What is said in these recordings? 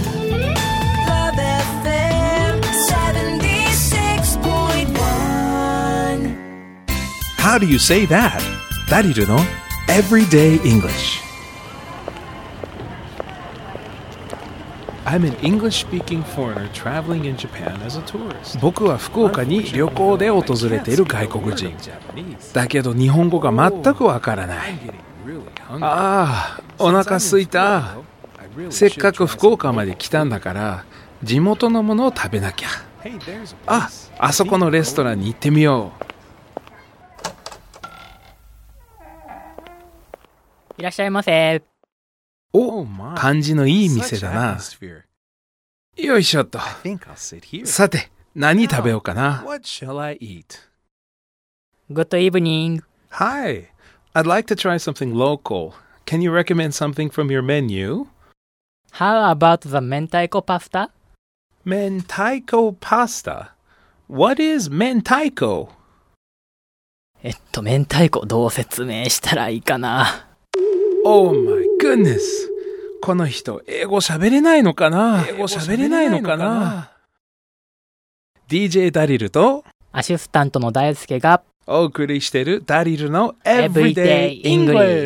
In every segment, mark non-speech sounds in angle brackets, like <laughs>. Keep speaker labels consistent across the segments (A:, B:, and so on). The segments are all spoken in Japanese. A: Club FM 76.1.
B: How do you say that? ダリルの Everyday English.
C: I'm an English speaking foreigner traveling in Japan as a tourist.
B: 僕は福岡に旅行で訪れている外国人。だけど日本語が全くわからない。
C: あ、
B: ああ、お腹すいた。せっかく福岡まで来たんだから、地元のものを食べなきゃ。あ、あそこのレストランに行ってみよう。
D: いらっしゃいませ。
B: お、感じのいい店だな。よいしょっと。さて、何食べようかな。
C: What shall I eat?
D: グッドイブニング。
C: Hi, I'd like to try something local. Can you recommend something from your menu?
D: How about the 明太子パスタ
C: Mentaiko pasta. What is mentaiko?
D: えっと、明太子どう説明したらいいかな。
B: Oh my goodness! この人、英語喋れないのかな英語喋れないのかな
C: DJ ダリルと
D: アシスタントの大輔が、
C: お送りしているダリルの Everyday
D: Everyday English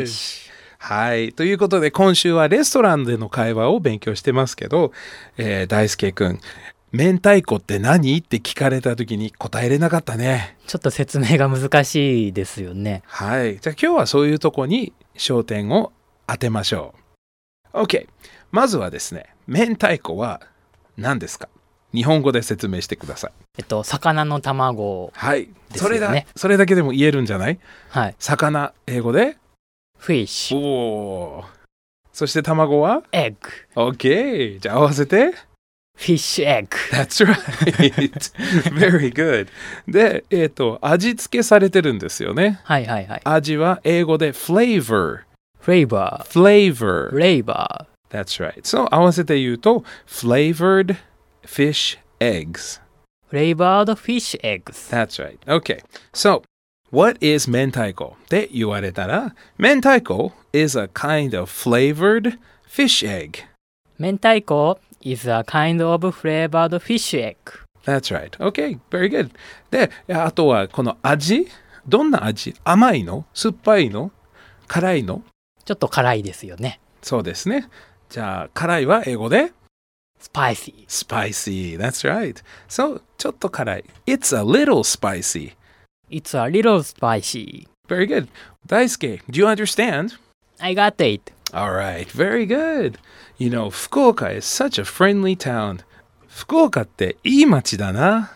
C: English。はい。ということで、今週はレストランでの会話を勉強してますけど、えー大輔くん、明太子って何って聞かれた時に答えれなかったね。
D: ちょっと説明が難しいですよね。
C: はい。じゃあ今日はそういうとこに焦点を当てましょう。OK。まずはですね、明太子は何ですか日本語で説明してください。
D: えっと、魚の卵。
C: はい。
D: です
C: そ
D: よね
C: れだ、それだけでも言えるんじゃない
D: はい。
C: 魚、英語で
D: フィッシ
C: お
D: ュ。
C: お。そして卵は
D: エッグ。
C: ?OK。じゃあ合わせて。
D: フィッシュエッグ。
C: <laughs> That's right. <laughs> Very good. で、えっ、と、味付けされてるんですよね。
D: はいはいはい。
C: 味は英語で flavor。
D: フレーバ
C: flavor
D: ー。フ。レーバ
C: That's right. そう、合わせて言うと flavored fish eggs.
D: ー。フレーバードフィッシュエッグス。
C: That's right. Okay. So, what is mentaiko? で言われたら mentaiko is a kind of flavored fish egg.
D: 明太子 is a kind of flavored fish egg.
C: That's right. Okay, very good. で、あとはこの味、どんな味甘いの酸っぱいの辛いの
D: ちょっと辛いですよね。
C: そうですね。じゃあ、辛いは英語で
D: スパイシー。
C: spicy. That's right. So, ちょっと辛い。It's a little spicy.
D: It's a little spicy.
C: Very good. 大輔 do you understand?
D: I got it.
C: All right, very good. You know, 福岡 is such a friendly town. 福岡っていい街だな。